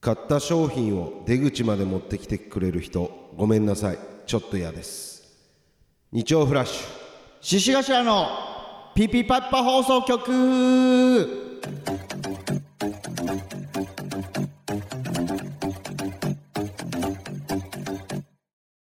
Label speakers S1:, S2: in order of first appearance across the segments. S1: 買った商品を出口まで持ってきてくれる人ごめんなさいちょっと嫌です日曜フラッシュ
S2: 獅子頭のピピパッパ放送局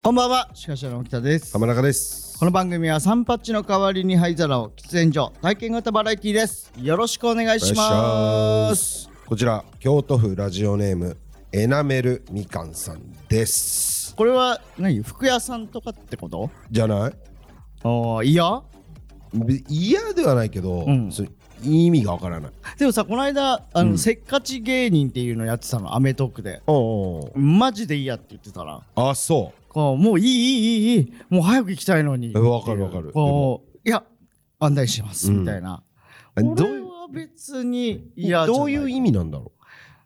S2: こんばんは、獅子頭の沖田です。
S1: 浜中です
S2: この番組はサンパッチの代わりに灰皿を喫煙所体験型バラエティです。よろしくお願いします。
S1: こちら京都府ラジオネームエナメルみかんさんです
S2: これは何服屋さんとかってこと
S1: じゃない
S2: ああ、いや
S1: び嫌ではないけど、
S2: うん
S1: それ意味がわからない
S2: でもさ、この間、あの、せっかち芸人っていうのやってたの、アメトークで。
S1: おう
S2: マジでいいやって言ってたな。
S1: おうあそ
S2: こうもういいいいいいいいもう早く行きたいのに
S1: えわかるわかる
S2: こういや案内します
S1: うん
S2: みたいな、
S1: う
S2: こ
S1: ど
S2: れ
S1: う
S2: は別に嫌じゃない
S1: どういう意味なんだろ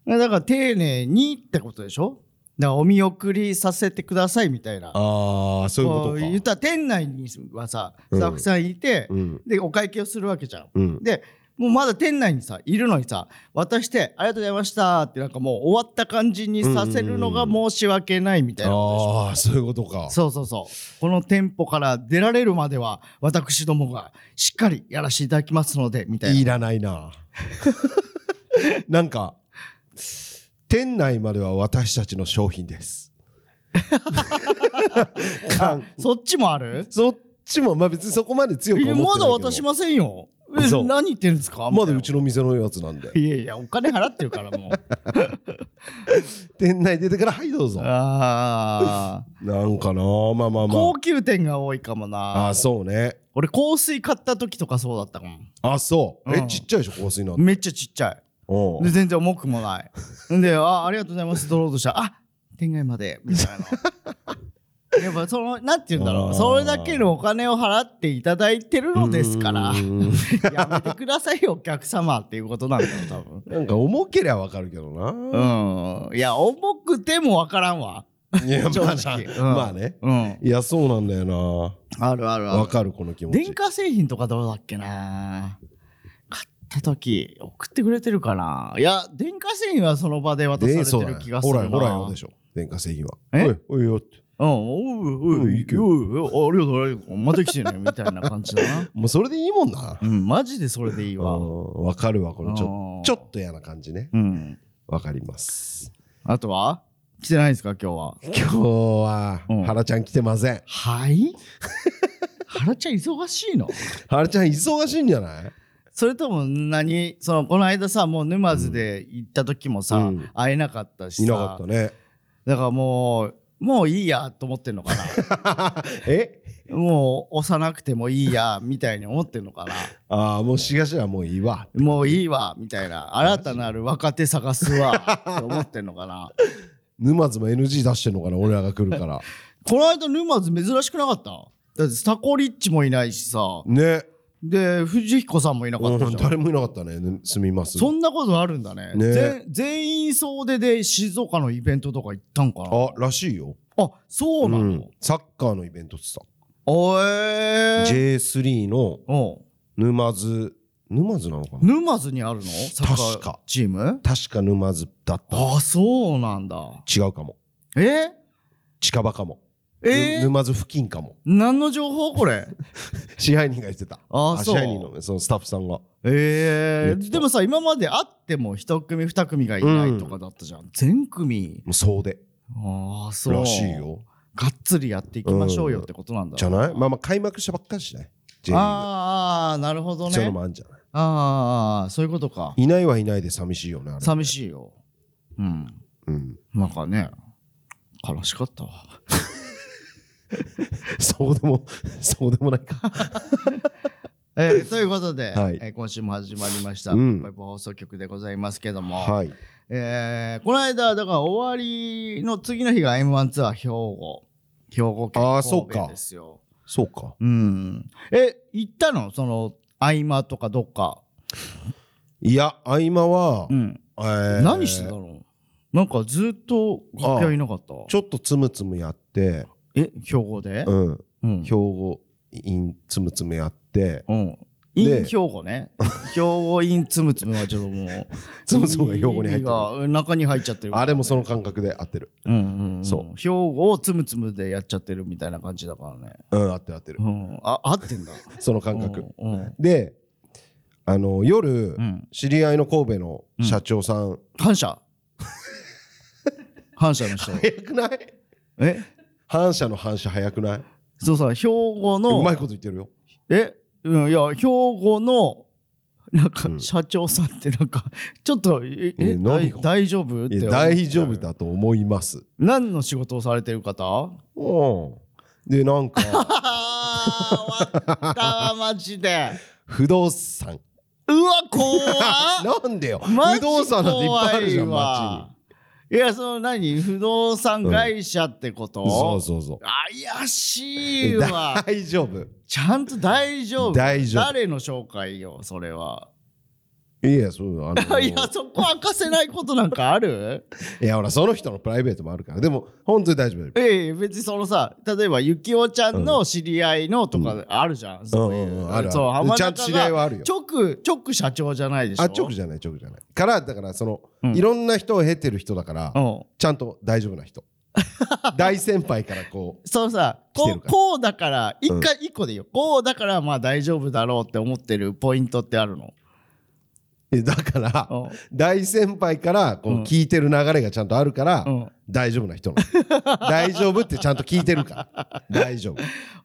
S2: だから丁寧にってことでしょだからお見送りさせてくださいみたいな
S1: うああそういうこと
S2: こ
S1: か
S2: う言ったら店内にはさ
S1: うん
S2: スタッフさんいて、
S1: うん
S2: でお会計をするわけじゃん、
S1: うん
S2: でもうまだ店内にさいるのにさ渡して「ありがとうございました」ってなんかもう終わった感じにさせるのが申し訳ないみたいなことでしょ
S1: ああそういうことか
S2: そうそうそう。この店舗から出られるまでは、私どもがしっかりやらせていただきますので、みたいな。
S1: いらないななんか店内までは私たちの商品です 感
S2: そっちもある
S1: そっちもまあ別にそこまで強く
S2: い
S1: 思ってな
S2: や
S1: いけど
S2: まだ渡しませんよ。え
S1: 嘘
S2: 何言ってるんですか
S1: まだうち
S2: の。
S1: の店のやつなんで
S2: いやいや、お金払ってるから もう。
S1: 店内出てからはいどうぞ
S2: ああ。
S1: なんかなまあまあまあ
S2: 高級店が多いかも
S1: あ
S2: な
S1: あ。そうね
S2: 俺、香水買った時とかそうだったかも。
S1: あそうえ
S2: うん
S1: ちっちゃいでしょ香水なんて
S2: めっちゃちっちゃい。
S1: お
S2: で全然重くもない。んで、あ、ありがとうございます、ドローとしたら、あ天外まで、みたい な。やっぱその、なんて言うんだ
S1: あ
S2: ろ
S1: ー
S2: う、それだけのお金を払っていただいてるのですから、やめてくださいよ、お客様っていうことなんだよ、多分。
S1: なんか重けりゃわかるけどな
S2: うん。いや、重くてもわからんわ。
S1: いや
S2: 正
S1: まあな
S2: 直。うん
S1: まあね
S2: うん。
S1: いやそうなんだよな
S2: あるあるあ
S1: わ
S2: る。
S1: かるこの気持ち
S2: 電化製品とかどうだっけな買った時送ってくれてるかないや電化製品はその場で渡
S1: で
S2: さ
S1: そ
S2: れ
S1: うだ
S2: てる
S1: ね
S2: 気がするな、
S1: ほらよほらよでしょ電化製品は
S2: え
S1: おいおいよって
S2: うん、おうおうお
S1: うん
S2: い
S1: い
S2: い
S1: い
S2: け
S1: け
S2: ど
S1: ど
S2: ありがとうありがとうまた来てねみたいな感じだな
S1: もうそれでいいもんな
S2: うんマジでそれでいいわ
S1: うんわかるわこれち
S2: う
S1: ょ
S2: ん
S1: ちょっと嫌な感じね
S2: うん
S1: わかります
S2: あとは来てないですか今日は
S1: 今日は
S2: うん
S1: 原ちゃん来てません
S2: はい 原ちゃん忙しいの
S1: 原ちゃん忙しいんじゃない
S2: それとも何そのこの間さもう沼津で行った時もさ、
S1: うん
S2: 会えなかったしさ
S1: いなかったね
S2: だからもうもういいやと思ってんのか
S1: え
S2: なもう幼くてもいいやみたいに思ってんのかな
S1: ああもうしがしらもういいわ
S2: もういいわみたいな新たなる若手探す わって思ってんのかな
S1: 沼津も NG 出してんのかな俺らが来るから
S2: この間沼津珍しくなかっただってスタコリッチもいないしさ
S1: ね
S2: で藤彦さんもいなかった
S1: うん
S2: じゃん
S1: 誰もいなかったねねすみます
S2: そんなことあるんだね
S1: ね
S2: ぜ全員総出で静岡のイベントとか行ったんかな
S1: あらしいよ
S2: あそうなの、
S1: んサッカーのイベントってさ
S2: おえー、
S1: J3 の
S2: おう
S1: 沼津沼津なのかな
S2: 沼津にあるのサッカ
S1: 確
S2: ー
S1: か
S2: チーム
S1: 確か沼津だった
S2: あそうなんだ
S1: 違うかも
S2: え
S1: 近場かも、
S2: え
S1: ぬ沼津付近かも
S2: 何の情報これ
S1: 支配人が言ってた
S2: あそ
S1: 支
S2: う
S1: 配人のそのスタッフさんが
S2: え
S1: や
S2: ー、
S1: つ
S2: でもさ今まであっても一組二組がいないとかだったじゃん、全組
S1: もうそうで
S2: ああそう
S1: らしいよ
S2: がっつりやっていきましょうよってことなんだ
S1: じ
S2: ろ
S1: ゃ
S2: う
S1: ないまあまあ開幕したばっかりじゃない J リーグ
S2: あーあーなるほど
S1: そういうの
S2: ね
S1: もあるんじゃない
S2: あーそういうことか
S1: いないはいないで寂しいよねあれ
S2: 寂しいようん
S1: うん
S2: なんかね悲しかったわ
S1: そうでも そうでもないか
S2: えー、ということで、
S1: はい
S2: えー今週も始まりました、
S1: うん
S2: パイプ放送局でございますけども、
S1: はい
S2: えー、この間だから終わりの次の日が m 1ツアー兵庫兵庫県
S1: あーそう
S2: 神
S1: か
S2: 戸ですよ
S1: そうか
S2: うんえ行ったのその合間とかどっか、
S1: いや合間は、
S2: ん、
S1: えー
S2: 何してたのなんかずっと楽屋いなかった
S1: ちょっとつむつむやって、
S2: え兵庫で
S1: うん、
S2: うん
S1: 兵庫インつむつむやって
S2: うんイ
S1: で
S2: ン兵庫ね。兵庫インつむつむはちょっともう。
S1: つむつむが兵庫に入ってる
S2: 意味が中に入っちゃってる。
S1: あれもその感覚で合ってる
S2: うんうんうん。
S1: そ
S2: 兵庫をつむつむでやっちゃってるみたいな感じだからね。
S1: うん合ってる合ってる
S2: うん。あ、合ってんだ。
S1: その感覚
S2: うんうん。
S1: であの夜、
S2: うん
S1: 知り合いの神戸の社長さん、
S2: 反 射反射の人。
S1: 早くない
S2: え
S1: 反射の反射早くない
S2: そうさ、兵庫
S1: う
S2: の
S1: まい。こと言ってるよ
S2: えうん、いや、兵庫の、なんか
S1: うん
S2: 社長さんってなんか、ちょっと、え、え
S1: え何
S2: 大
S1: が
S2: 大丈夫っ
S1: い
S2: て
S1: や
S2: 思っちゃう
S1: 大丈夫。だと思います
S2: 何の仕事をされて る方
S1: うんでなんか
S2: あー終わったわ、マジで。
S1: 不動産
S2: うわ、怖っ
S1: なんでよ
S2: マ
S1: 不
S2: ジ
S1: 動産なんていっぱいあるじゃん
S2: 怖い
S1: 街
S2: わいや、その何不動産会社ってこと、
S1: にそうそうそう
S2: 怪しい
S1: え
S2: わ。
S1: 大丈夫
S2: ちゃんと大丈夫。
S1: 大丈夫
S2: 誰の紹介よ、それは。
S1: いやそうあの
S2: いや、そこ明かせないことなんかある
S1: いやほらその人のプライベートもあるからでも本当に大丈夫
S2: いやいや別にそのさ、例えば、ゆきおちゃんの知り合いのとかあるじゃん。そういう。
S1: うんうんあるある
S2: そう、浜
S1: ちゃ
S2: 中
S1: んと知り合いはあるよ
S2: 直、直社長じゃないでしょ。
S1: あ直じゃない直じゃないからだからその、
S2: うん
S1: いろんな人を経てる人だから、
S2: うん。
S1: ちゃんと大丈夫な 人大先輩からこ
S2: そのさ
S1: 来てる
S2: こう
S1: から
S2: こうだから一回一個でいいよ、こうだからまあ大丈夫だろうって思ってるポイントってあるの
S1: うえだから、
S2: うん
S1: 大先輩からこう
S2: うん
S1: 聞いてる流れがちゃんとあるから、
S2: うん
S1: 大丈夫な人なの 大丈夫ってちゃんと聞いてるから大丈夫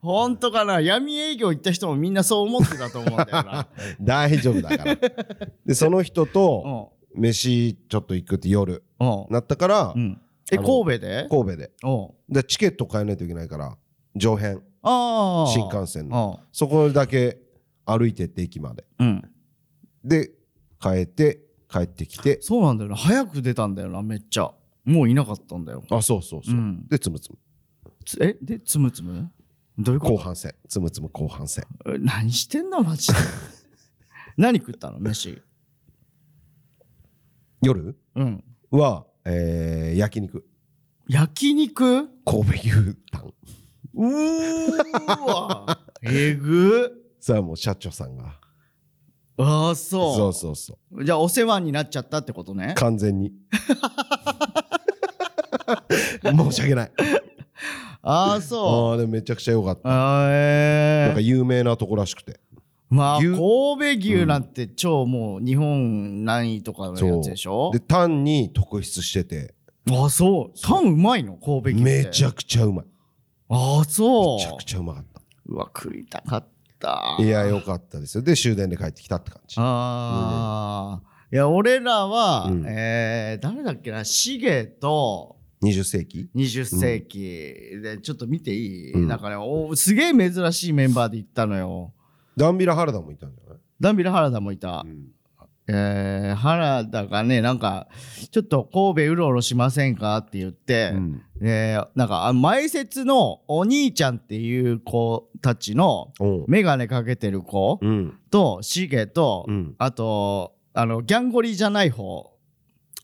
S2: 本当かな闇営業行った人もみんなそう思ってたと思うんだよな
S1: 大丈夫だからでその人と飯ちょっと行くって夜
S2: うんうん
S1: なったから、
S2: うんえ
S1: あの
S2: 神戸で
S1: 神戸で
S2: うん
S1: でチケット買えないといけないから上辺
S2: ああ
S1: 新幹線の
S2: の
S1: そこだけ歩いてって駅まで
S2: うんうん
S1: で変えて帰ってきて
S2: そうなんだよな早く出たんだよなめっちゃもういなかったんだよ
S1: あそうそうそう、
S2: うん
S1: でつむつむ
S2: つえでつむつむどういう
S1: 後
S2: こ
S1: 半戦つむつむ後半戦
S2: とえ何してんだマジで 何食ったの飯
S1: 夜
S2: うん
S1: は、えー、焼肉
S2: 焼肉
S1: 神戸牛タン
S2: うー わえぐ
S1: さあもう社長さんが
S2: ああ
S1: そ
S2: そう
S1: そうそう
S2: うじゃあお世話になっちゃったってことね
S1: 完全に 申し訳ない
S2: ああそ
S1: ああでもめちゃくちゃ良かっ
S2: う
S1: た
S2: あー
S1: なんか
S2: えー
S1: 有名なとこらしくて
S2: まあ
S1: 牛
S2: 神戸牛なんて超もう日本何位とかのやつでしょ
S1: でタンに特筆してて
S2: ああそうタンうまいの神戸牛って
S1: めちゃ
S2: ゃ
S1: くちゃうまい
S2: ああ
S1: め
S2: そう
S1: ちゃくちゃうまかっ
S2: うわ食いたかった
S1: たいや良かったですよで終電で帰ってきたって感じ
S2: ああいや俺らは、
S1: うん
S2: えー、誰だっけなシゲと
S1: 20世紀
S2: 20世紀でちょっと見ていい、
S1: うん
S2: なんかねおすげえ珍しいメンバーで行ったのよ
S1: ダンビラ原田もいたんじゃない
S2: ダンビラ原田もいた、えー原田がねなんかちょっと神戸うろうろしませんかって言って、
S1: うん
S2: えーなんかあ前説のお兄ちゃんっていう子たちの
S1: うん
S2: 眼鏡かけてる子
S1: うん
S2: とシゲと、
S1: うん
S2: あとあのギャンゴリじゃない方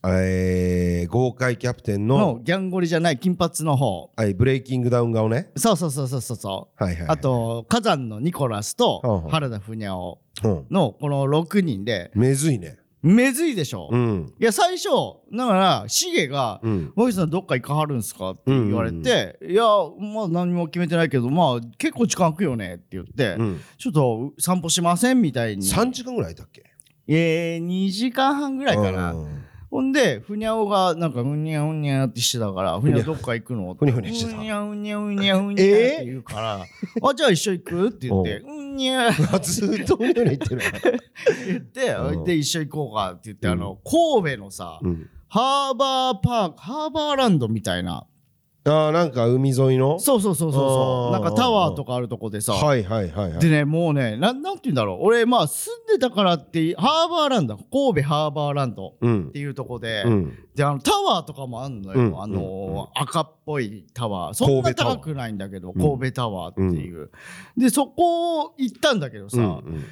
S1: えー豪快キャプテン
S2: の
S1: の
S2: ギャンゴリじゃない金髪の方
S1: はいブレイキングダウン顔ね
S2: そうそうそうそうそうそう
S1: はいはいはい
S2: あと火山のニコラスと
S1: うん
S2: 原田ふにゃお
S1: うん
S2: のこの6人で
S1: めずいね
S2: めずいでしょ、
S1: うん
S2: いや最初だからシゲが
S1: うん
S2: 「マギさんどっか行かはるんすか?」って言われて「いやまあ何も決めてないけどまあ結構時間空くよね」って言って、
S1: うん
S2: ちょっと散歩しません?」みたいに
S1: 3時間ぐらいいたっけ
S2: えー、2時間半ぐらいかな、
S1: うん
S2: ほんで、ふにゃおが、なんか、ふにゃふにゃってしてたから、ふにゃどっか行くの
S1: ふにゃふにゃしてた
S2: ふにゃふにゃふにゃふにゃって言うから、あ、じゃあ一緒行くって言って、うんにゃって
S1: ずっと俺に言ってる
S2: 言って
S1: うん、
S2: で、一緒行こうかって言って、
S1: うん
S2: あの、神戸のさ、ハーバーパーク、ハーバーランドみたいな。
S1: ああなんか海沿いの
S2: そうそうそうそうそ
S1: あー
S2: う。なんかタワーとかあるとこでさ、
S1: はいはいはいはい
S2: でね、もうね、なん、なんて言うんだろう。俺、まあ、住んでたからって、ハーバーランド、神戸ハーバーランド
S1: うん
S2: っていうとこで、
S1: うん
S2: であのタワーとかもあんのよ、
S1: うん
S2: あのー
S1: うんう
S2: 赤っぽいタワーそん
S1: 神戸
S2: な
S1: タワー
S2: 高くないんだけど
S1: うん
S2: 神戸タワーっていう、でそこ行ったんだけどさ、
S1: うんうん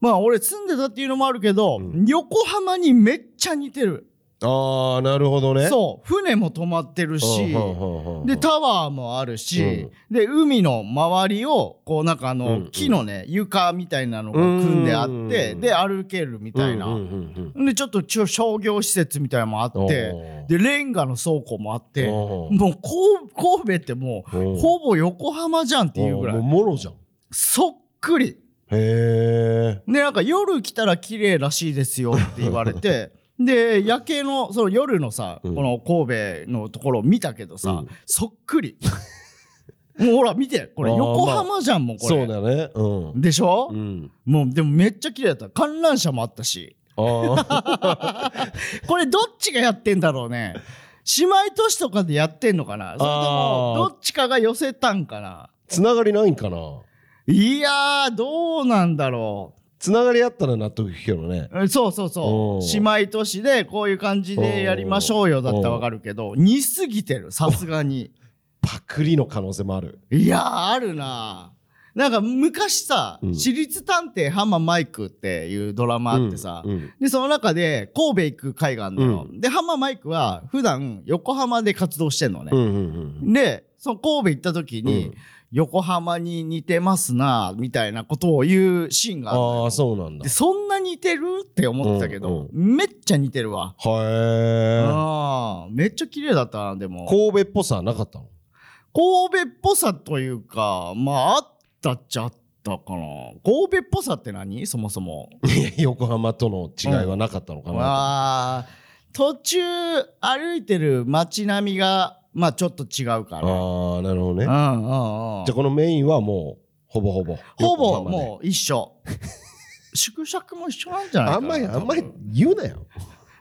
S2: まあ俺住んでたっていうのもあるけど、
S1: うん
S2: 横浜にめっちゃ似てる
S3: ああなるほどね
S2: そう船も止まってるし
S3: ほうほうほうほう
S2: でタワーもあるし、
S3: う
S2: で海の周りをこうなんかあの、
S3: うんうん
S2: 木のね床みたいなのが組んであって、
S3: うんうんうん
S2: で歩けるみたいな、
S3: うんうんうん
S2: でちょっとちょ商業施設みたいなのもあ
S3: うん
S2: ってでレンガの倉庫もあって
S3: お
S2: も
S3: ー
S2: うこう神戸ってもう
S3: おー
S2: ほぼ横浜じゃんっていうぐら
S3: おー
S2: い
S3: もうもろじゃん
S2: そっくり
S3: へえ
S2: でなんか夜来たら綺麗らしいですよって言わ れてで夜景のその夜のさ、
S3: うん
S2: この神戸のところを見たけどさ、
S3: うん
S2: そっくりもうほら見てこれ
S3: あー
S2: 横浜じゃんもうこれ、
S3: そうだねうん
S2: でしょ、
S3: うん
S2: もうでもめっちゃ綺麗だった観覧車もあったし
S3: あ
S2: これどっちがやってんだろうね姉妹都市とかでやってんのかなそれとも
S3: あー
S2: どっちかが寄せたんかな
S3: つながりないんかない
S2: やーどうなんだろう
S3: つながりあったら納得いくけどね
S2: うんそうそうそ
S3: お
S2: う
S3: う
S2: 姉妹都市でこういう感じでやりましょうよだったらわかるけど似すぎてるさすが に
S3: パクリの可能性もある
S2: いやーあるななんか昔さ「
S3: うん
S2: 私立探偵ハママイク」っていうドラマあってさ、
S3: うんうん
S2: でその中で神戸行く会があるのよ、
S3: う
S2: でハママイクは普段横浜で活動してんのね
S3: う、んうんうん
S2: でその神戸行った時に、
S3: うん
S2: 横浜に似てますなみたいなことを言うシーンがあるのよ
S3: ああそうなんだ
S2: でそんな似てるって思ってたけど、めっちゃ似てるわ。
S3: は
S2: あーめっちゃ綺麗だったなで
S3: え
S2: も
S3: 神戸っぽさはなかった の
S2: 神戸っぽさというかまああったっちゃあったかな神戸っぽさって何そもそも
S3: いや横浜との違いはなかったのかな
S2: あー途中歩いてる街並みがまあちょっと違うか
S3: あ
S2: らうん
S3: あなるほどねじゃ
S2: うんうん
S3: あこのメインはもうほぼほぼ
S2: ほぼ
S3: 横浜で
S2: もう 一緒縮尺も一緒なんじゃない
S3: あ
S2: か
S3: ん
S2: な
S3: まりあんまり
S2: 多
S3: 言うなよ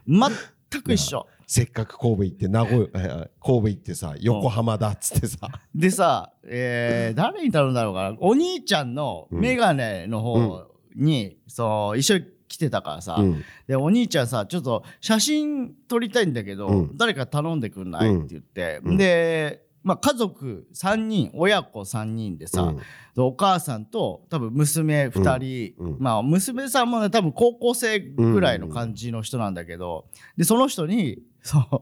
S2: 分全く一緒
S3: せっかく神戸行って名古屋えー神戸行ってさ横浜だっつってさ
S2: でさ、えー誰に頼んだろうかなお兄ちゃんのメガネの方に、そう一緒に来てたからさ、
S3: うん
S2: でお兄ちゃんさちょっと写真撮りたいんだけど、
S3: うん
S2: 誰か頼んでくんない、
S3: うん
S2: って言って、
S3: うん
S2: で、まあ、家族3人親子3人でさ、
S3: うん
S2: でお母さんと多分娘2人、
S3: うんうん
S2: まあ、娘さんもね多分高校生ぐらいの感じの人なんだけど、でその人にそう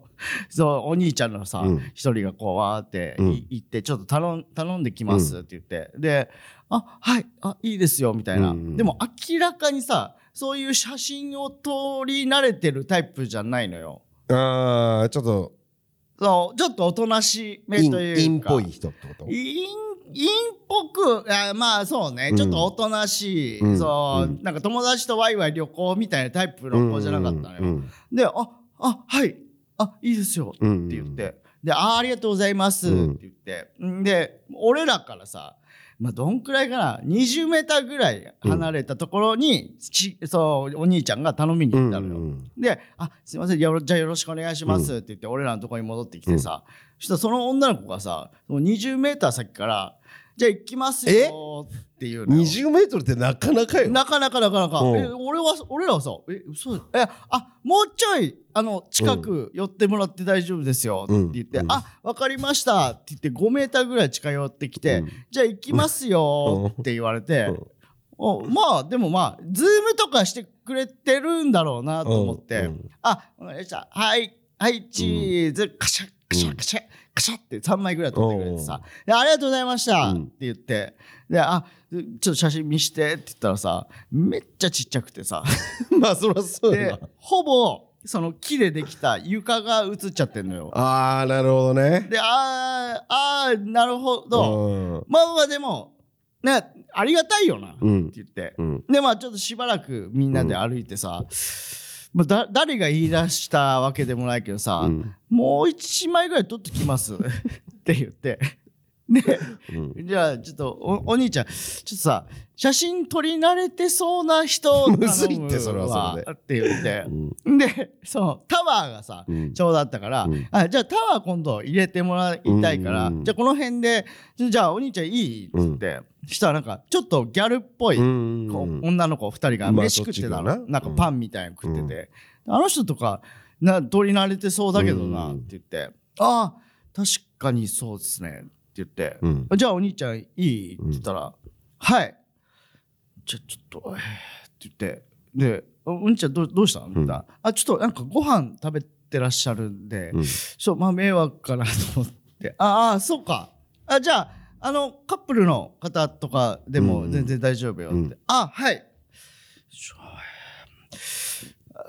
S2: そうお兄ちゃんのさ
S3: うん
S2: 一、人がこうわーって
S3: うん
S2: い行って、ちょっと頼ん頼んできますって言って、で「あはいあいいですよ」みたいな、
S3: うんうん
S2: でも明らかにさそういう写真を撮り慣れてるタイプじゃないのよ。
S3: ああちょっと
S2: そうちょっとおとなしめ
S3: イン
S2: というか
S3: インっぽい人ってこと
S2: インインっぽくあまあそうね、
S3: うん
S2: ちょっとおとなしい、
S3: うんう
S2: そう、
S3: ん
S2: なんか友達とワイワイ旅行みたいなタイプの子じゃなかったのよ、で「ああはいあいいですよ」って
S3: 言
S2: 言って「であありがとうございます」っ
S3: う
S2: て
S3: ん
S2: 言って、んで俺らからさまあ、どんくらいかな20メーターぐらい離れたところに、ちそうお兄ちゃんが頼みに行ったのよ、で「あすいませんよろじゃあよろしくお願いします」って言って俺らのとこに戻ってきてさ、そしたらその女の子がさその20メーター先から「じゃあ行きますよ」っていうのよ
S3: 20メートルってなかなかよ
S2: なかなかなかなか、
S3: うん
S2: え俺は俺らはさ「え嘘えあもうちょいあの近く寄ってもらって大丈夫ですよ」って言って「
S3: うん
S2: あわかりました」って言って5メーターぐらい近寄ってきて「
S3: うん
S2: じゃあ行きますよ」って言われて。
S3: うん
S2: おまあでもまあズームとかしてくれてるんだろうなと思って、
S3: うんうん
S2: あわかりましたはいはいチーズ、カシャカシャカシャカシャって3枚ぐらい撮ってくれてさ「でありがとうございました」っ
S3: うん
S2: て言って「であちょっと写真見して」って言ったらさめっちゃちっちゃくてさ
S3: まあそりゃそう
S2: で
S3: だ
S2: ほぼその木でできた床が映っちゃってんのよ。
S3: ああなるほどね
S2: であーあーなるほど、
S3: う
S2: まあまあでもねありがたいよな、
S3: うん
S2: って言って。
S3: ん
S2: でまあちょっとしばらくみんなで歩いてさ、まあ、だ誰が言い出したわけでもないけどさ、
S3: うん
S2: もう一枚ぐらい取ってきます って言って。で
S3: うん
S2: じゃあちょっとおお兄ちゃんちょっとさ写真撮り慣れてそうな人
S3: むずいってそれはそれで
S2: 頼むわって言って
S3: う、ん
S2: でそのタワーがさ、
S3: うん
S2: ちょうどあったから、
S3: うん
S2: あじゃあタワー今度入れてもらいたいから、
S3: うん
S2: じゃあこの辺でじゃじゃあお兄ちゃんいいっつって、したらなんかちょっとギャルっぽい、
S3: うん
S2: こう
S3: うん
S2: 女の子2人が
S3: まあ
S2: 飯食ってたの、
S3: そっちがな
S2: なんかパンみたいなの食ってて、あの人とかな取り慣れてそうだけどな
S3: う
S2: っ
S3: ん
S2: て言って「ああ確かにそうですね」って言って「
S3: うん
S2: じゃあお兄ちゃんいい?」って言ったら「はい」じゃあちょっとえーって言ってで「おお兄ちゃんどうどうしたの?」みたいな、あちょっとなんかご飯食べってらっしゃるんで、
S3: うん
S2: ちょっとまあ迷惑かなと思ってああそうかあじゃああのカップルの方とかで
S3: うんう
S2: も
S3: ん
S2: 全然大丈夫よって、
S3: うん
S2: あはいちょ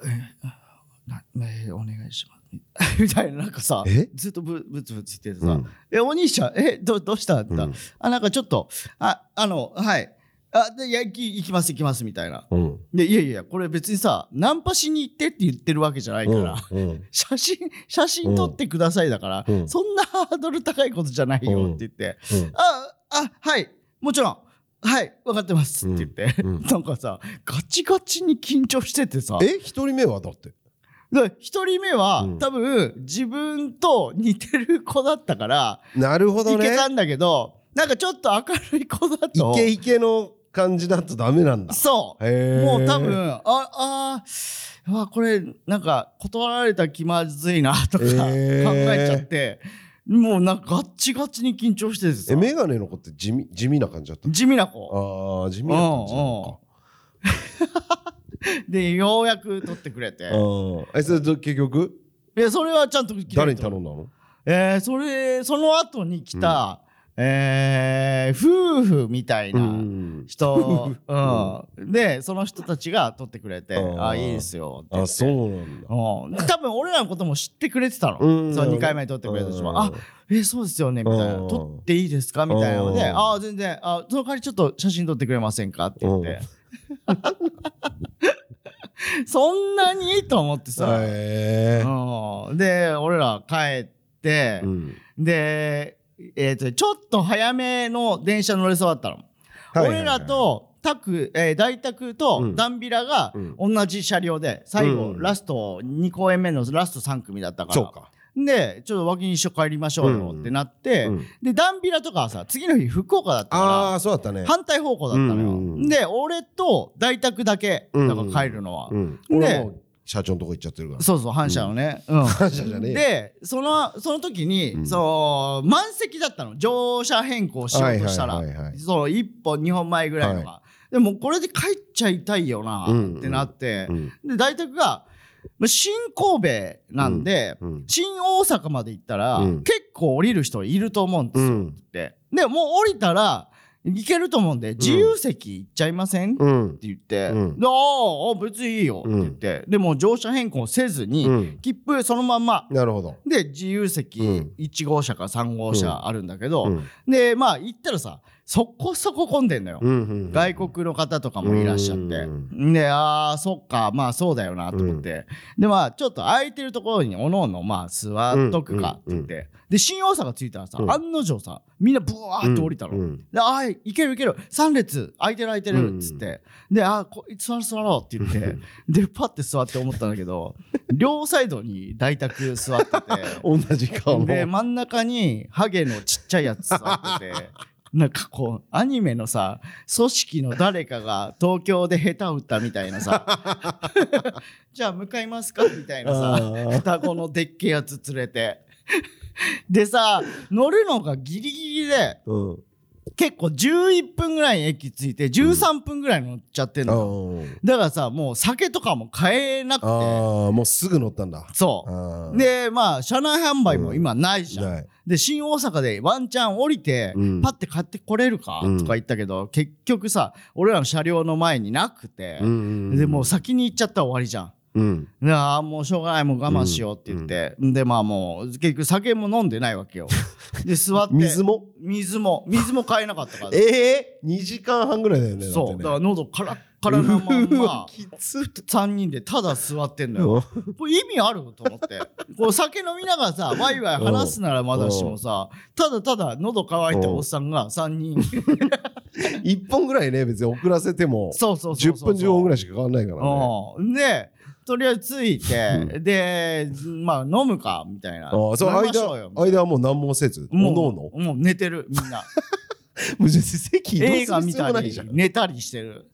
S2: えなえお願いしますみたいななんかさ
S3: え
S2: ずっとぶぶつぶつ言ってて
S3: う
S2: さ、
S3: ん
S2: えお兄ちゃんえどどうしたって言ったら、
S3: うん
S2: あなんかちょっとああのはいあでいや行き行きます行きますみたいな
S3: うん
S2: でいやいやこれ別にさナンパしに行ってって言ってるわけじゃないから、
S3: うん
S2: 写真写真撮ってくださいだから、
S3: うん
S2: そんなハードル高いことじゃないよって言って、
S3: うん
S2: ああはいもちろんはい分かってますって言って、
S3: うんうん
S2: なんかさガチガチに緊張しててさ
S3: え一人目はだって
S2: で一人目は、
S3: うん
S2: 多分自分と似てる子だったから、
S3: なるほど
S2: いけ
S3: ね
S2: たんだけどなんかちょっと明るい子だと
S3: イケイケの感じだとダメなんだ
S2: そう
S3: へー
S2: もう多分ああーうわこれなんか断られたら気まずいなとか
S3: へ
S2: 考
S3: ー
S2: えちゃって、もうなんかガッチガチに緊張してて
S3: え
S2: さ
S3: メガネの子って地味地味な感じだった
S2: 地味な子
S3: ああ地味な感じなの
S2: でようやく取ってくれて
S3: かあーえそれと結局
S2: いやそれはちゃんと切れた
S3: 誰に頼んだの
S2: えーそれその後に来た、えー夫婦みたいな。
S3: うん
S2: 人、うん、でその人たちが取ってくれて
S3: あ
S2: 「
S3: ー
S2: あいいですよ」って言
S3: あ
S2: って
S3: そうなんだ
S2: うん、多分俺らのことも知ってくれてたの、
S3: うん
S2: その2回目に撮ってくれた人
S3: うん
S2: も「あえそうですよね」みたいな
S3: う
S2: 「
S3: ん
S2: 撮っていいですか?」みたいなので
S3: う
S2: 「
S3: ん
S2: ああ全然あその代わりちょっと写真撮ってくれませんか?」って言って、 そんなにと思ってさ、
S3: へー
S2: うん、で俺ら帰って、
S3: うん
S2: で、えーとちょっと早めの電車乗れそうだったの。
S3: はいはいはい
S2: 俺らとタク、えー大宅
S3: う
S2: と
S3: ん
S2: ダンビラが同じ車両で最後、
S3: うん
S2: ラスト2公演目のラスト3組だったから
S3: そうか
S2: でちょっと脇に一緒帰りましょうよってなって、
S3: うん
S2: でダンビラとかはさ次の日福岡だった
S3: あ
S2: か
S3: あそうだったね
S2: ら反対方向だったのよ、
S3: うんうん
S2: で俺と大宅だけだから帰るのは、
S3: うん
S2: で
S3: 俺もう社長のとこ行っちゃってるから
S2: そうそう反射のね、うん
S3: 感謝じゃねえよ
S2: でそのその時に、
S3: うん
S2: そう満席だったの乗車変更しようとしたら、
S3: はいはいはいはい
S2: そう1本2本前ぐらいのが、でもこれで帰っちゃいたいよな
S3: うん
S2: ってなって、
S3: うん
S2: で大体がまあ新神戸なんで、
S3: うん
S2: 新大阪まで行ったら、
S3: うん
S2: 結構降りる人いると思うんです
S3: う
S2: よ、
S3: ん
S2: ってでもう降りたら行けると思うんで自由席行っちゃいません、って
S3: うん
S2: 言って
S3: う
S2: 「
S3: ん
S2: ああ別にいいよ」って言って、でもう乗車変更せずに、
S3: うん
S2: 切符そのまんま
S3: なるほど
S2: で自由席
S3: うん
S2: 1号車か3号車あるんだけど、
S3: うん
S2: でまあ行ったらさそこそこ混んでんのよ、
S3: うんうん
S2: 外国の方とかもいらっしゃって、
S3: う
S2: でああそっかまあそうだよなと思って、でまあちょっと空いてるところにおのおのまあ座っとくかって言って、で新大阪着いたらさ、
S3: うん
S2: 案の定さみんなブワーって降りたの。
S3: うん
S2: でああいけるいける3列空いてる空いてるっつって、であーこ座ろう座ろうって 言ってでパッて座って思ったんだけど両サイドに大宅座って て
S3: 同じ顔の
S2: で真ん中にハゲのちっちゃいやつ座っ ててなんかこうアニメのさ組織の誰かが東京で下手打ったみたいなさ じゃあ向かいますかみたいな
S3: あ
S2: さ
S3: ー
S2: 双子のでっけえやつ連れてでさ乗るのがギリギリで。
S3: うん
S2: 結構11分ぐらいに駅着いて13分ぐらい乗っちゃってん
S3: あ
S2: の、
S3: ー
S2: だからさもう酒とかも買えなくて
S3: あーもうすぐ乗ったんだ
S2: そ
S3: あ
S2: う
S3: ー
S2: でまあ車内販売も今ないじゃん、
S3: ない
S2: で新大阪でワンチャン降りて、
S3: うん
S2: パッて買ってこれるか、
S3: うん
S2: とか言ったけど結局さ俺らの車両の前になくて、
S3: うんうんうん
S2: でもう先に行っちゃったら終わりじゃん
S3: うん
S2: でああもうしょうがないもう我慢しようって言って、でまあもう結局酒も飲んでないわ けよで座って
S3: 水も
S2: 水も水も買えなかったから
S3: ええ2時間半ぐらいだよね
S2: そう
S3: だって
S2: だ
S3: ね
S2: から喉カラッカラなまん
S3: う
S2: ま
S3: わきつっ
S2: 3人でただ座ってんのよこれ意味あると思 ってこう酒飲みながらさワイワイ話すならまだしもさただただ喉乾いたおっさんが3人
S3: 1本ぐらいね別に遅らせても
S2: そうそうそ
S3: 10
S2: うそう
S3: 分15分ぐらいしか変わんないからね
S2: うんでとりあえず着いてでまあ飲むかみたい
S3: あ
S2: な
S3: あそう
S2: 飲みまし
S3: 間
S2: ょうよみたい
S3: 間はもう何もせずお
S2: な
S3: のおの
S2: もうもう寝てるみんな
S3: 無事 席移動する
S2: 映画見
S3: 必要
S2: た
S3: もない
S2: り
S3: じゃん
S2: 寝たりしてる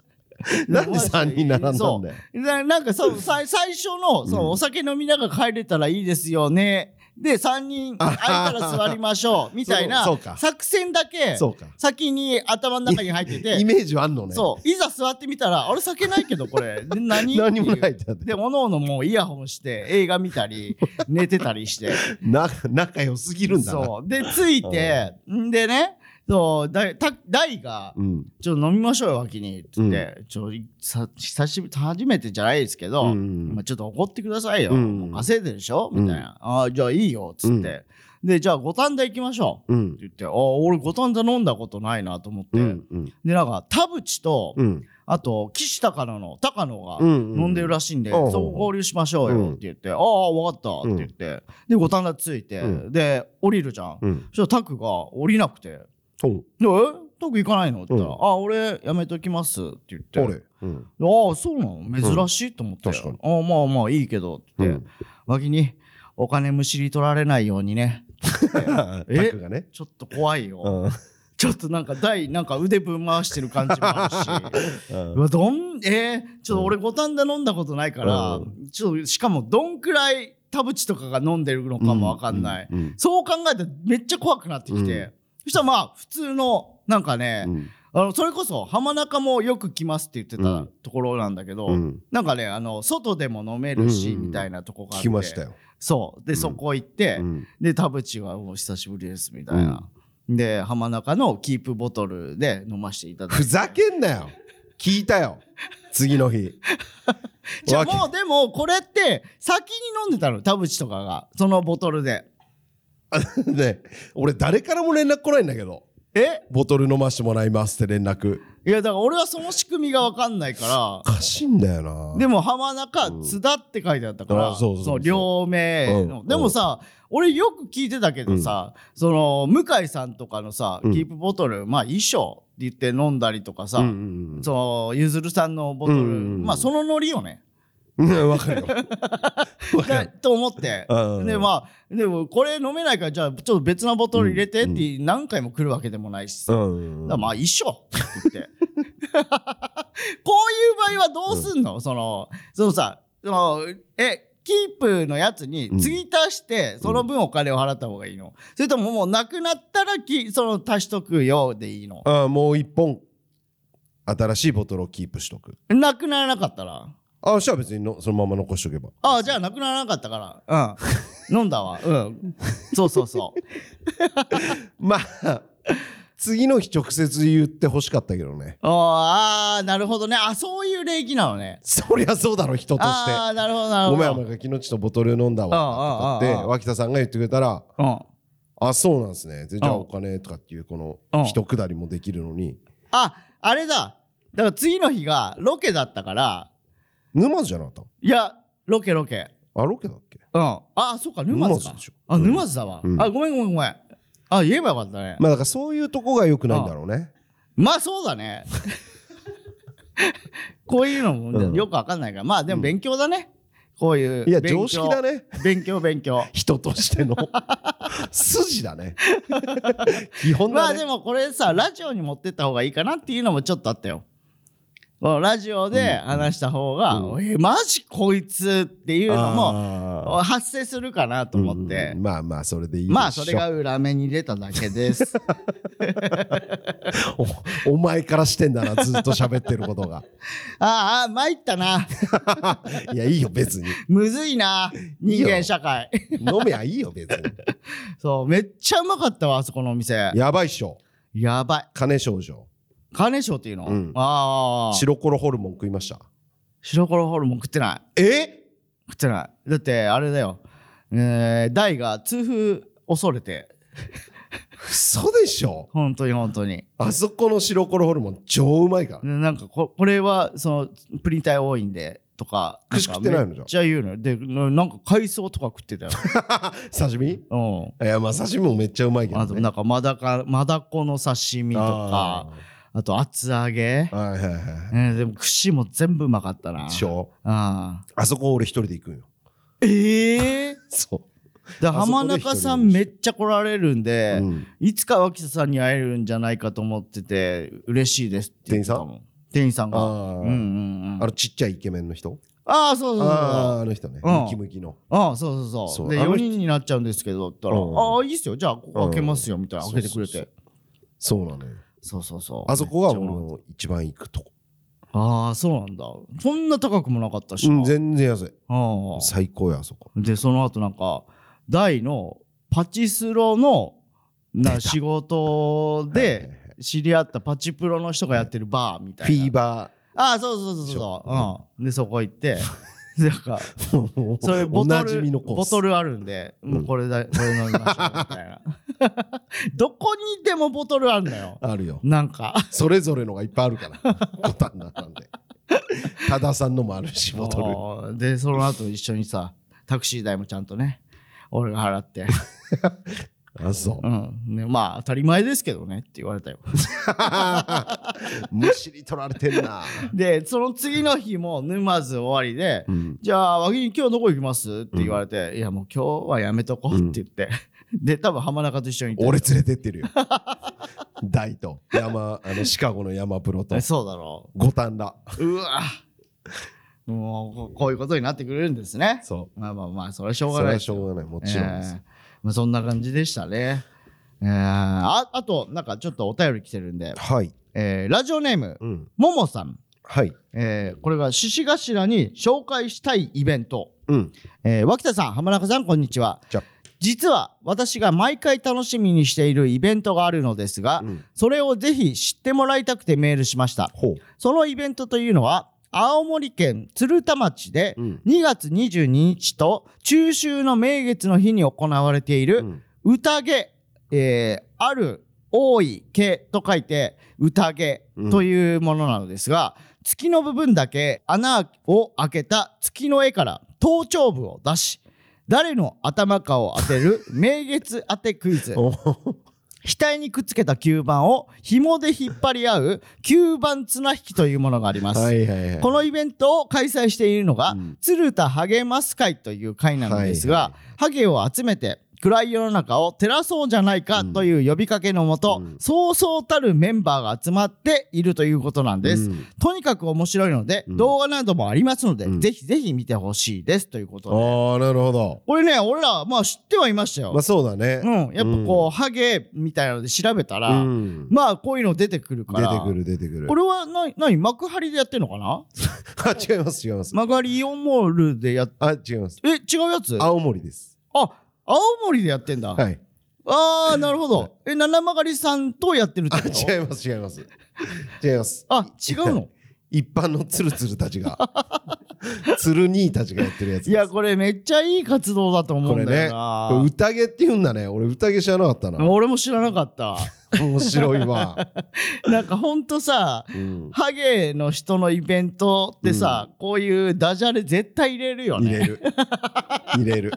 S3: なんで3人並んだ
S2: そ
S3: ん
S2: う
S3: だよ
S2: ななんかそうさい最初のそうお酒飲みながら帰れたらいいですよねで、3人空いたら座りましょう、みたい な
S1: そうか
S2: 作戦だけ
S1: そうか、
S2: 先に頭の中に入ってて
S1: イ、メージはあんのね。
S2: そう、いざ座ってみたら、あれ酒ないけど、これ、で何
S1: 何も
S2: って
S1: な
S2: う
S1: いってなって
S2: で、おのおのもうイヤホンして、映画見 たり、寝てたりして。
S1: な、仲良すぎるんだな。
S2: そう。で、着いて、んでね、そう、だい、た、大が、
S1: うん。
S2: ちょっと飲みましょうよ、脇に。つって、ちょ、さ、久しぶり、初めてじゃないですけど、
S1: うんうん
S2: まあちょっと怒ってくださいよ。
S1: うん
S2: もう稼いでるでしょみたいな。ああ、じゃあいいよ、つって。で、じゃあ五反田行きましょ
S1: う
S2: う。っ
S1: ん。
S2: て言って、ああ、俺五反田飲んだことないなと思っ
S1: う
S2: て。
S1: ん。うん。
S2: で、なんか、田淵と、
S1: うん。
S2: あと、岸高野の高野が
S1: うんうん
S2: 飲んでるらしいんで、
S1: おうおう
S2: そう合流しましょうよって言って、ああ、わかったって言って、で、五反田ついて、
S1: うん
S2: で、降りるじゃん。
S1: うん。
S2: そしたらタクが降りなくて、
S1: ほ
S2: で
S1: う。
S2: えタク行かないのって言ったら、
S1: う
S2: あ、俺やめときますって言って、
S1: 俺。うん。
S2: ああ、そうなの珍しいと思って、
S1: 確かに
S2: ああ、まあまあいいけどって言って、脇に、お金むしり取られないようにね、 え
S1: タクがね。
S2: ちょっと怖いよ。
S1: うん。
S2: ちょっとなんか台、なんか腕ぶん回してる感じもあるし。
S1: うん
S2: うわどんえー、ちょっと俺五反田飲んだことないから、
S1: う
S2: ちょっとしかもどんくらい田淵とかが飲んでるのかもわかんない、
S1: うんうん
S2: そう考えたらめっちゃ怖くなってきて、
S1: うん
S2: そしたらまあ普通のなんかね、
S1: うん
S2: あのそれこそ浜中もよく来ますって言って
S1: う
S2: た
S1: ん
S2: ところなんだけど、
S1: うん
S2: なんかねあの外でも飲める
S1: うんう
S2: し
S1: んうん
S2: みたいなとこ
S1: 聞
S2: があっ
S1: き
S2: て、
S1: ましたよ。
S2: そうで、そこ行って、
S1: うん。
S2: で田淵はもう久しぶりですみたいな、で浜中のキープボトルで飲ませていただい
S1: ふ
S2: て
S1: ざけんなよ。聞いたよ。次の日。
S2: じゃあ
S1: わけ
S2: もうでもこれって先に飲んでたの田淵とかがそのボトルで
S1: ね俺誰からも連絡来ないんだけど
S2: え
S1: ボトル飲ましてもらいますって連絡
S2: いやだから俺はその仕組みが分かんないか
S1: おかしいんだよな
S2: らでも浜中津田って書いてあったか
S1: あ
S2: ら
S1: そうそうそう
S2: の両名
S1: う
S2: の
S1: ん
S2: でもさ俺よく聞いてたけどさその向井さんとかのさ
S1: うん
S2: キープボトルまあ衣装って言って飲んだりとか
S1: う
S2: さ
S1: んうん
S2: そのゆずるさんのボトル
S1: うんうんうん
S2: まあそのノリよね
S1: うんうんわ かるよわか
S2: だ
S1: る
S2: と思って
S1: うんうん
S2: でまあでもこれ飲めないからじゃあちょっと別なボトル入れてって何回も来るわけでもないし
S1: う
S2: さ
S1: んうんう
S2: だから
S1: ん
S2: まあ一緒 って言ってこういう場合はどうすんの、そのそのさそのえキープのやつに継ぎ足してその分お金を払った方がいいの、それとももうなくなったらきその足しとくよでいいの
S1: あもう一本新しいボトルをキープしとく
S2: なくならなかったら
S1: あじゃあ別にのそのまま残しとけば
S2: ああじゃあなくならなかったからうん飲んだわうんそうそ うそう
S1: まあ次の日直接言ってほしかったけどね
S2: ああなるほどねあそういう礼儀なのね
S1: そりゃそうだろ人として
S2: ああなるほどなる
S1: ご
S2: ほ
S1: め
S2: ど
S1: ん天垣のちとボトル飲んだわとか
S2: ああ
S1: っ
S2: あああ
S1: て
S2: あ
S1: 脇田さんが言ってくれたら
S2: うん
S1: あそうなんですねでじゃあ
S2: うん
S1: お金とかっていうこ
S2: うん
S1: の一くだりもできるのに
S2: あ、あれだ。だから次の日がロケだったから、
S1: 沼津じゃなかった
S2: いや、ロケロケ。
S1: あロケだっけ
S2: うん。あ、そうか、沼津
S1: 沼
S2: か
S1: 津でしょ。
S2: あ、沼津だわ
S1: う。ん
S2: あ、ごめんごめんごめん。あ、言えばよかったね。
S1: まあだからそういうとこが良くないんだろうね
S2: まあそうだね。 こういうのもよくわかんないから、まあでも勉強だね。こういう。
S1: いや
S2: 勉強
S1: 常識だ。ね
S2: 勉強勉強。
S1: 人として の筋だね 基本
S2: ま
S1: だ
S2: あ
S1: ね
S2: でもこれさラジオに持ってった方がいいかなっていうのもちょっとあったよこのラジオで話した方が「えマジこいつ」っていうの
S1: あ
S2: も発生するかなと思って、
S1: うんまあまあそれでいいでしょ
S2: まあそれが裏目に出ただけです
S1: おお 前からしてんだなずっと喋ってることが
S2: ああ参ったない
S1: やいいよ別に
S2: むずいな人間社会
S1: 飲めやいいよ別に
S2: そうめっちゃうまかったわあそこのお店や
S1: やばいっしょ
S2: ばい
S1: 金少女
S2: 金賞っていうの、
S1: うん
S2: ああ
S1: 白コロホルモン食いました
S2: 白コロホルモン食ってない
S1: え
S2: 食ってないだってあれだよえー、大が痛風恐れて
S1: 嘘でしょ
S2: 本当に本当に
S1: あそこの白コロホルモン超うまいから
S2: でなんかここれはそのプリン体多いんでとか
S1: 串食ってないの
S2: んかめっちゃ言うのよでななんか海藻とか食ってたよ、
S1: 刺身い
S2: うん
S1: やまあ刺身もめっちゃうまいけど
S2: あと
S1: ね
S2: なんかマダカマダコの刺身とかあと厚揚げ、
S1: あーはいはいは
S2: うんでも串も全部うまかったない
S1: でしょ
S2: あ
S1: あそこ俺一人で行くんよ
S2: ーええ
S1: そ
S2: ー、で浜中さんめっちゃ来られるん
S1: う、
S2: で、
S1: うん、
S2: いつか脇田さんに会えるんじゃないかと思ってて嬉しいですって言ってたもん店員さんが
S1: あー
S2: うんうんうん
S1: あのちっちゃいイケメンの人
S2: ああそうそうそう
S1: あ
S2: そう
S1: ああの人ね、
S2: うん
S1: ムキムキの
S2: ああそうそうそう
S1: そう
S2: で
S1: あの
S2: 4
S1: 人
S2: 人になっちゃうんですけどって言ったら
S1: う
S2: 「
S1: ん
S2: ああいいっすよじゃあここ開けますよ」みたいな
S1: うん
S2: 開けてくれて
S1: そうなのよ
S2: そうそうそう
S1: あそこは
S2: めっ
S1: 俺
S2: ちゃうまい
S1: の一番行くとこ、
S2: ああそうなんだそんな高くもなかったし
S1: う
S2: な、
S1: ん、全然安い
S2: ああ
S1: 最高やあそこ
S2: でその後なんか大のパチスロの
S1: 出た
S2: な仕
S1: はいはいは
S2: 事で知り合ったパチプロの人がやってるバーみたい
S1: フ
S2: な
S1: ィーバ
S2: ああそうそうそうそうそう、うん、でそこ行って なんか
S1: ーもう
S2: それボ
S1: お
S2: ト
S1: な
S2: ル
S1: じみのコース
S2: ボトルあるんで、もうこれだこれ飲みましょうみたいな どこにでもボトルあるんだよ
S1: あるよ
S2: なんか
S1: それぞれのがいっぱいあるから 五反田なんで多田さんのもあるしボト
S2: あーでその後一緒にさタクシー代もちゃんとね俺が払って、
S1: ルあそう
S2: うんね、まあ当たり前ですけどねって言われたよ
S1: むしり取られてんな、
S2: でその次の日も沼津終わりで
S1: う
S2: 「じゃあ和木今日どこ行きます?」って言われて「いやもう今日はやめとこう」って言って、で多分浜中と一緒に行った
S1: 俺連れてってるよ大と山あのシカゴの山プロ と
S2: えそうだろ
S1: 五反田
S2: ううわもうここういうことになってくれるんですね
S1: そう
S2: まあまあまあそれはしょう
S1: そ
S2: が
S1: れ
S2: な
S1: は
S2: いです
S1: しょうがないもちろんです、
S2: えーまあ、そんな感じでしたね、えーああとなんかちょっとお便り来てるんで、
S1: はい、
S2: えーラジオネーム
S1: うん、
S2: ももさん、
S1: はい
S2: えーこれが獅子頭に紹介したいイベント
S1: うん
S2: えー脇田さん浜中さんこんにちは
S1: じゃ
S2: 実は私が毎回楽しみにしているイベントがあるのですが、
S1: うん
S2: それをぜひ知ってもらいたくてメールしました
S1: ほう
S2: そのイベントというのは青森県鶴田町で
S1: うん
S2: 2月22日と中秋の名月の日に行われていうる
S1: ん
S2: 宴、えーある多い系と書いて宴というものなのですが、月の部分だけ穴を開けた月の絵から頭頂部を出し誰の頭かを当てる名月当てクイ ズ
S1: お
S2: 額にくっつけた吸盤を紐で引っ張り合う吸盤綱引きというものがあります。
S1: はいはいはい
S2: このイベントを開催しているのが、
S1: うん
S2: 鶴田励ます会という会なのですが、
S1: はいは
S2: ハゲを集めて暗い世の中を照らそうじゃないかという呼びかけのもと、
S1: うん
S2: そうそうたるメンバーが集まっているということなんです。
S1: うん
S2: とにかく面白いので、
S1: うん
S2: 動画などもありますので、
S1: うん
S2: ぜひぜひ見てほしいですということで。
S1: ああなるほど
S2: これね、俺ら、まあ知ってはいましたよ。
S1: まあそうだね
S2: うん、やっぱこう、ハゲみたいなので調べたら、
S1: うん
S2: まあこういうの出てくるから。
S1: 出てくる出てくる
S2: これはな何幕張でやってんのかな
S1: あ違います違います
S2: 幕張イオンモールでやっ
S1: あ違います
S2: え違うやつあ
S1: 青森です
S2: 青森でやってんだ、
S1: はい
S2: ああなるほどえ七曲りさんとやってるって
S1: あ
S2: こと
S1: 違います違います違います
S2: あ違 うの
S1: 一般のツルツルたちが ツル兄たちがやってるやつです
S2: いやこれめっちゃいい活動だと思
S1: こ
S2: うん
S1: れ
S2: だ
S1: ね
S2: よな、
S1: これ宴って言うんだね俺宴知らなかったな
S2: 俺も知らな かった
S1: 面白い わ、
S2: なんかほんとさ
S1: うん
S2: ハゲの人のイベントってさ、こういうダジャレ絶対入れるよ
S1: 入
S2: ね
S1: れる入れる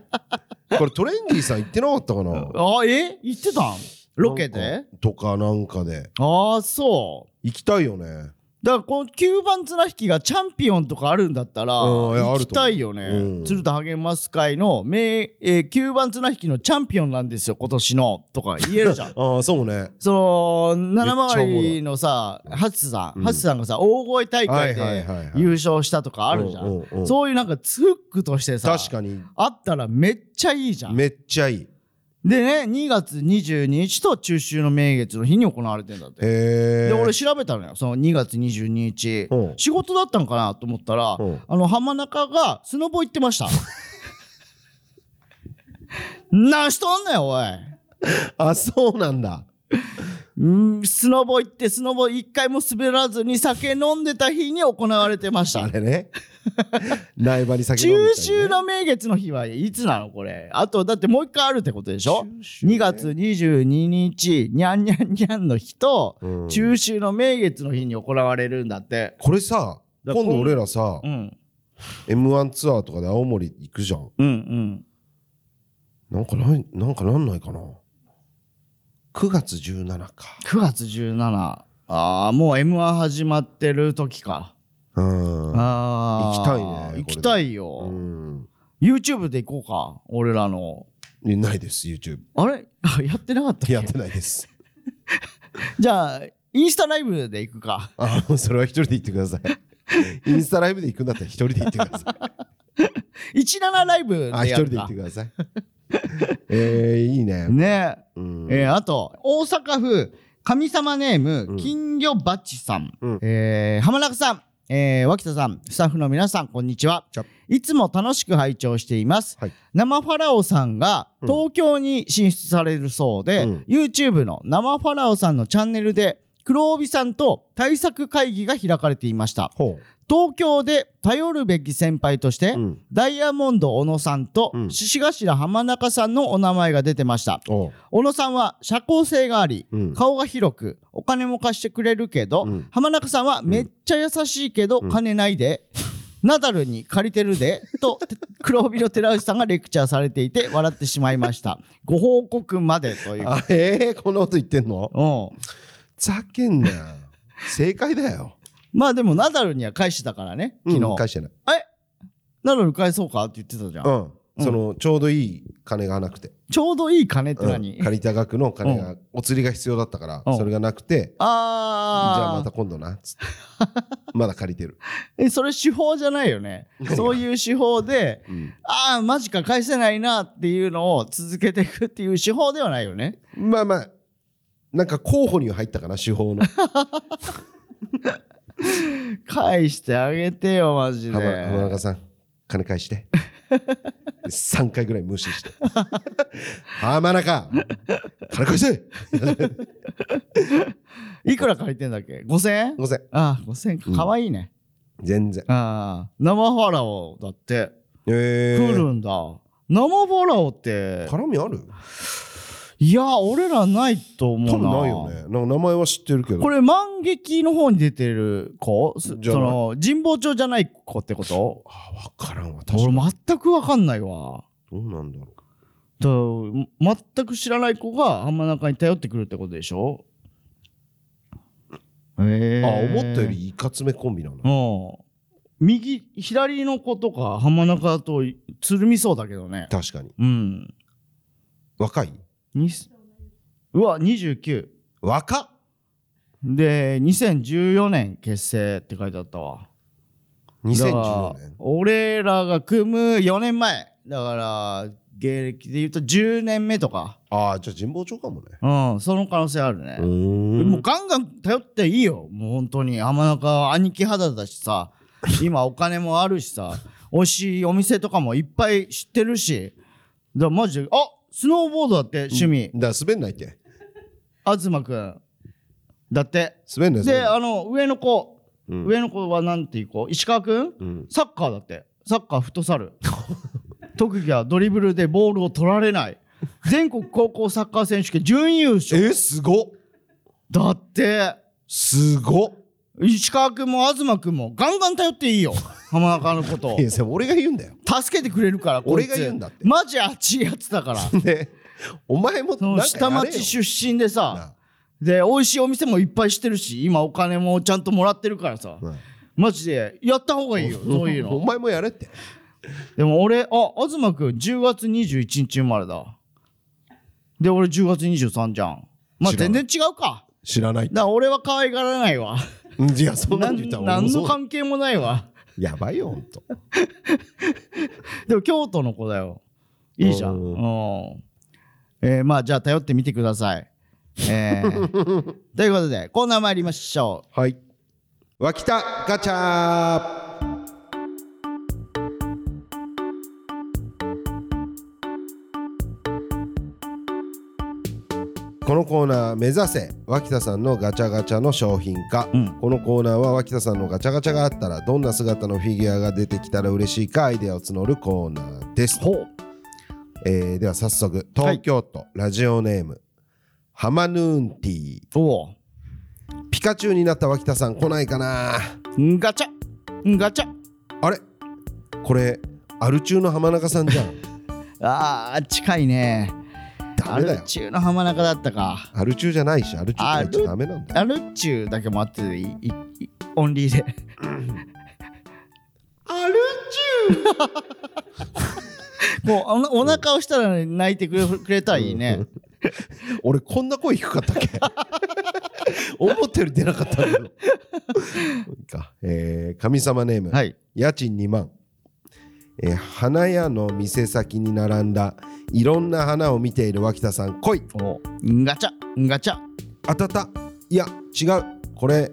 S1: これトレンディさん行ってなかったかな
S2: あえ言ってたんロケ
S1: な
S2: で
S1: んかとかなんかで
S2: ああそう
S1: 行きたいよね
S2: だからこの9番綱引きがチャンピオンとかあるんだったら
S1: うんいや
S2: 行きたいよね、
S1: あると思ううん
S2: 鶴田励ます会の名、えー9番綱引きのチャンピオンなんですよ今年のとか言えるじゃ ん
S1: ああそうね
S2: その七
S1: めっ
S2: 曲
S1: ちゃおもろ
S2: りのさハツさん、
S1: うん
S2: ハツさんがさ大声大会
S1: はい
S2: で
S1: はいはいはい
S2: 優勝したとかあるじゃ
S1: うん
S2: ん
S1: うんうん
S2: そういうなんかツックとしてさ
S1: 確かに
S2: あったらめっちゃいいじゃん
S1: めっちゃいい
S2: でね2月22日と中秋の名月の日に行われてんだって
S1: へえ
S2: で 俺調べたのよその2月22日、
S1: うん
S2: 仕事だったのかなと思ったら、
S1: うん
S2: あの浜中がスノボ行ってました なしとんねんおい
S1: あそうなんだ
S2: うんスノボ行ってスノボ一回も滑らずに酒飲んでた日に行われてました
S1: あれ ね苗場に先
S2: 中秋の名月の日はいつなのこれあとだってもう一回あるってことでしょ
S1: 中秋ね
S2: 2月22日にゃんにゃんにゃんの日と、
S1: うん
S2: 中秋の名月の日に行われるんだって
S1: これさ
S2: だ
S1: 今
S2: から
S1: 度俺らさ
S2: うん
S1: m 1ツアーとかで青森行くじゃん
S2: うんうん
S1: なんかないなんかなんないかな9月17か
S2: 9月17ああもう m 1始まってる時か、
S1: うん
S2: ああ
S1: 行きたいね
S2: 行きたいうよ、
S1: ん
S2: YouTube で行こうか俺らの
S1: いないです YouTube
S2: あれ やってなかったっけ
S1: やってないです
S2: じゃあインスタライブで行くか
S1: あそれは一人で行ってくださいインスタライブで行くんだったら一人で行ってください。
S2: 17ライブでや
S1: あ、一人で行ってください。えー、いいね。
S2: ね
S1: うん
S2: えーあと大阪府神様ネーム、
S1: うん
S2: 金魚バチさん、
S1: うん
S2: えー浜中さん、えー脇田さんスタッフの皆さんこんにちは
S1: ちゃ
S2: いつも楽しく拝聴しています、
S1: はい
S2: 生ファラオさんが
S1: うん
S2: 東京に進出されるそうで、
S1: うん
S2: YouTube の生ファラオさんのチャンネルで黒帯さんと対策会議が開かれていました
S1: ほ
S2: 東京で頼るべき先輩として、
S1: う。うん。
S2: ダイヤモンド小野さんと、
S1: うん
S2: 獅子頭浜中さんのお名前が出てました
S1: おう。
S2: 小野さんは社交性があり、
S1: うん
S2: 顔が広くお金も貸してくれるけど、
S1: うん
S2: 浜中さんはめっちゃ優しいけど、
S1: うん
S2: 金ないで、 ナダルに借りてるでと 黒帯の寺内さんがレクチャーされていて笑ってしまいました ご報告までという
S1: あ、 えー、こんなこと言ってんの
S2: うん
S1: ざけんなよ。正解だよ。
S2: まあでもナダルには返してたからね昨日、
S1: うん返してない。
S2: ナダル返そうかって言ってたじゃん、
S1: うん。その、ちょうどいい金がなくて。
S2: ちょうどいい金って
S1: うん
S2: 何、あ
S1: 借りた額の金が、お釣りが必要だったから
S2: うん、
S1: それがなくて、じ
S2: あー
S1: ゃあまた今度な、つって。 まだ借りてる。
S2: えそれ手法じゃないよね
S1: 何が
S2: そういう手法で
S1: うん
S2: ああマジか返せないなっていうのを続けていくっていう手法ではないよね
S1: まあまあ、なんか候補には入ったかな、手法の。
S2: 返してあげてよマジで
S1: 浜浜中さん金返して3回ぐらい無視 して浜中金返 して
S2: いくら借りてんだっけ5000円
S1: ごめん
S2: ああ5000円か
S1: うん
S2: かわいいね、
S1: 全然
S2: ああ生ファラオだって
S1: え
S2: 来るんだ、生ファラオって
S1: 絡みある
S2: いや俺らないと思うな
S1: 多分ないよねなんか名前は知ってるけど
S2: これ万劇の方に出てる子
S1: じゃ
S2: そ
S1: ない
S2: の神保町じゃない子ってこと
S1: あ分からんわ確かに
S2: 俺全く分かんないわ
S1: どうなんだろ
S2: と全く知らない子が浜中に頼ってくるってことでしょえ
S1: うあ思ったよりいかつめコンビなんだ
S2: うん右左の子とか浜中とつるみそうだけどね
S1: 確かに
S2: うん
S1: 若い
S2: にうわ29
S1: 若っ
S2: で2014年結成って書いてあったわだ
S1: 2014
S2: から
S1: 年
S2: 俺らが組む4年前だから芸歴で言うと10年目とか
S1: ああじゃあ神保町かもね
S2: うんその可能性あるね
S1: うーん
S2: もうガンガン頼っていいよもう本当に浜中は兄貴肌だしさ今お金もあるしさ 美味しいお店とかもいっぱい知ってるしだからマジであスノーボードだって趣味、
S1: だから滑んないって
S2: 東くんだって
S1: 滑んない
S2: で
S1: 滑んない
S2: あの上の子、
S1: うん
S2: 上の子はなんていう子石川くん
S1: うん
S2: サッカーだってサッカーフット サル特技はドリブルでボールを取られない全国高校サッカー選手権準優勝
S1: えすごっ
S2: だって
S1: すごっ
S2: 石川君も東君もガンガン頼っていい よ浜中のことを
S1: いやそれ俺が言うんだよ
S2: 助けてくれるからこい
S1: 俺
S2: つ
S1: が言うんだって
S2: マジ熱いやつ だから
S1: ねお前も
S2: その
S1: なん
S2: 下
S1: かやれよ
S2: 町出身でさ
S1: な
S2: で美味しいお店もいっぱいしてるし今お金もちゃんともらってるからさ
S1: うん
S2: マジでやった方がいいよそういう
S1: お
S2: の
S1: 前もやれって
S2: でも俺あ東君10月21日生まれだで俺10月23じゃんま
S1: 知
S2: あ
S1: ら
S2: 全
S1: な
S2: 然違うか
S1: 知らない
S2: だから俺は可愛がらないわ
S1: うんいやそんな
S2: なん
S1: 言ったら俺も
S2: 何
S1: そ
S2: の
S1: うだ
S2: 関係もないわ
S1: やばいよほんと
S2: でも京都の子だよ。いいじゃん。
S1: うん
S2: うんえーまあじゃあ頼ってみてください。え ーということでコーナー参りましょ
S1: はい脇田ガチャこのコーナー目指せ脇田さんのガチャガチャの商品化、
S2: うん
S1: このコーナーは脇田さんのガチャガチャがあったらどんな姿のフィギュアが出てきたら嬉しいかアイデアを募るコーナーです
S2: う。ほう。
S1: えーでは早速東京都、ラジオネームハマヌーンティー
S2: おう
S1: ピカチュウになった脇田さん来ないかな
S2: ガチャガチャ
S1: あれこれアル中の浜中さんじゃ ん
S2: あー近いね。
S1: ダ
S2: ア
S1: メだ
S2: ル
S1: よ
S2: チューの浜中だったか。
S1: アル中じゃないしアル中って言っちゃダメなんだよ
S2: アルチューだけもあっていいいいオンリーで。アルチュー もうあのお腹をしたら泣いてくれくれたらいいね。
S1: 俺こんな声低かったっけ 思ったより出なかったんだけ どいいかえー神様ネーム、
S2: はい。
S1: 家賃2万、えー花屋の店先に並んだいろんな花を見ている脇田さん来い
S2: おガチャガチャ
S1: あたたいや違うこれ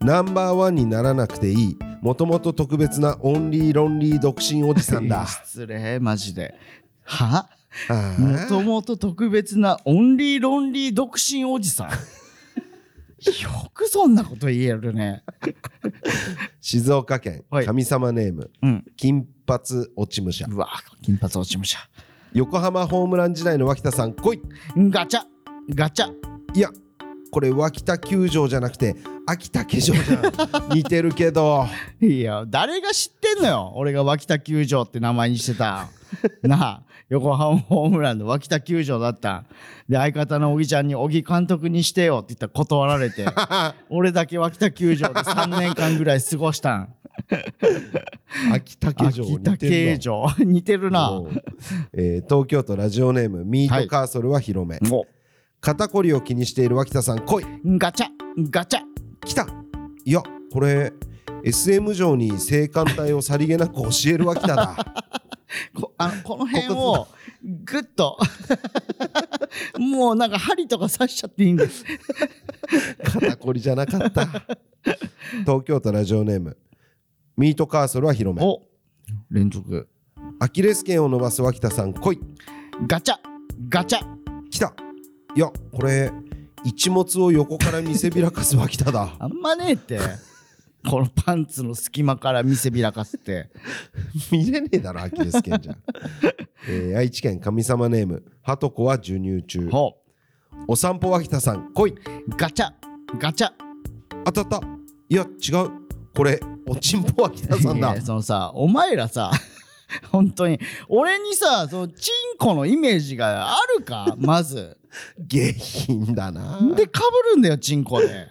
S1: ナンバーワンにならなくていいもともと特別なオンリーロンリー独身おじさ んだ
S2: 失礼、マジで。は
S1: あー
S2: もともと特別なオンリーロンリー独身おじさん。よくそんなこと言えるね。
S1: 静岡県、
S2: はい
S1: 神様ネーム
S2: うん。
S1: 金髪落ち武者
S2: うわ、金髪落ち武者。
S1: 横浜ホームラン時代の脇田さん来い
S2: ガチャガチャ
S1: いやこれ脇田球場じゃなくて秋田球場じ ゃん似てるけど
S2: いや、誰が知ってんのよ。俺が脇田球場って名前にしてた。なあ、横浜ホームランの脇田球場だった。で、相方の小木ちゃんに、小木監督にしてよって言ったら断られて、俺だけ脇田球場で3年間ぐらい過ごしたん。
S1: 秋田球場
S2: 秋田
S1: 似て
S2: 球
S1: る
S2: 場。 似てる
S1: な
S2: な。
S1: うんえー東京都ラジオネームミートカーソルは広め、
S2: も、
S1: 肩こりを気にしている脇田さん来いう
S2: ガチャガチャ
S1: 来たいやこれ SM 上に性感帯をさりげなく教える脇田だ
S2: こあ のこの辺をぐっと もうなんか針とか刺しちゃっていいん です
S1: 肩こりじゃなかった東京都ラジオネームミートカーソルは広め
S2: お連続
S1: アキレス腱を伸ばす脇田さん来い
S2: ガチャガチャ
S1: 来たいやこれ一物を横から見せびらかす脇田 だ
S2: あんまねえ ってこのパンツの隙間から見せびらかすって
S1: 見れねえだろアキレス腱じゃん、えー愛知県神様ネームハトコは授乳中
S2: ほ
S1: お散歩脇田さん来いう
S2: ガチャガチャ
S1: 当たったいや違うこれおちんぽ脇田さん
S2: い
S1: だ
S2: やそのさお前らさ 本当に俺にさそのチンコのイメージがあるかまず
S1: 下品だな
S2: でかぶるんだよチンコで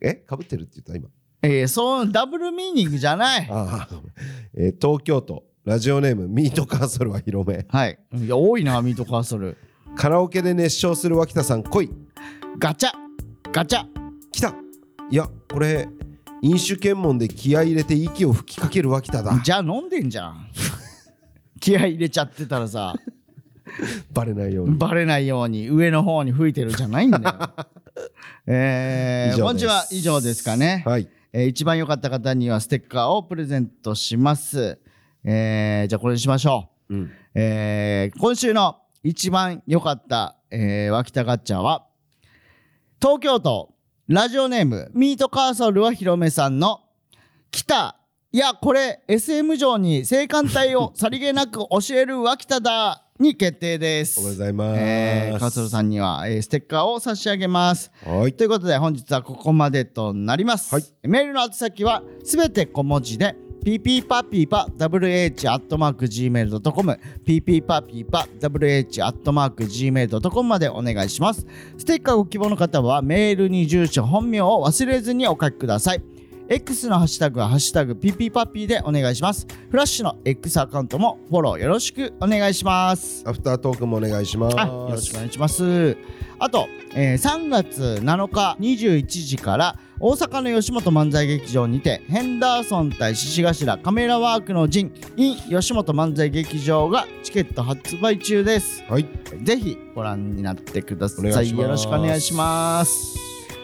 S1: えかぶってるって言った今
S2: えー、そのダブルミーニングじゃない
S1: ああ、えー東京都ラジオネームミートカーソルは広め
S2: はい。いや、多いな、ミートカーソル。
S1: カラオケで熱唱する脇田さん来い
S2: ガチャガチャ
S1: 来たいやこれ飲酒検問で気合い入れて息を吹きかける脇田だ
S2: じゃあ飲んでんじゃん。 気合い入れちゃってたらさ、
S1: バレないように
S2: バレないように上の方に吹いてるじゃないんだ よ。え
S1: 以上です
S2: ー、本日は以上ですかね。
S1: はい
S2: えー一番良かった方にはステッカーをプレゼントします。えー、じゃあこれにしましょう。
S1: うん
S2: えー今週の一番良かった、えー、脇田ガッチャは、東京都ラジオネームミートカーソルは広めさんの来たいやこれ SM 上に性感帯をさりげなく教える脇田だに決定です。
S1: おめでとうございます、
S2: えーカーソルさんには、えーステッカーを差し上げます。
S1: はい
S2: ということで本日はここまでとなります、
S1: はい
S2: メールの宛先はすべて小文字で ppppwh.gmail.com ppppwh.gmail.com までお願いしますステッカーご希望の方はメールに住所本名を忘れずにお書きください X のハッシュタグはハッシュタグ PP パピーでお願いしますフラッシュの X アカウントもフォローよろしくお願いします
S1: アフタートークもお願いします
S2: あよろしくお願いします。あと、えー3月7日21時から大阪の吉本漫才劇場にてヘンダーソン対獅子頭カメラワークの陣 in 吉本漫才劇場がチケット発売中です。
S1: はい
S2: ぜひご覧になってくださ
S1: お願い
S2: い。
S1: します
S2: よろしくお願いします。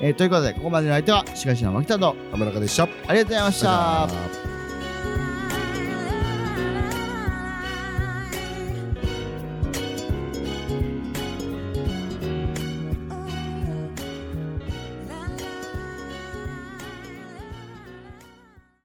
S2: えーということでここまでの相手は獅子頭の脇田と
S1: 浜中でした
S2: ありがとうございました。
S1: ありがとうございました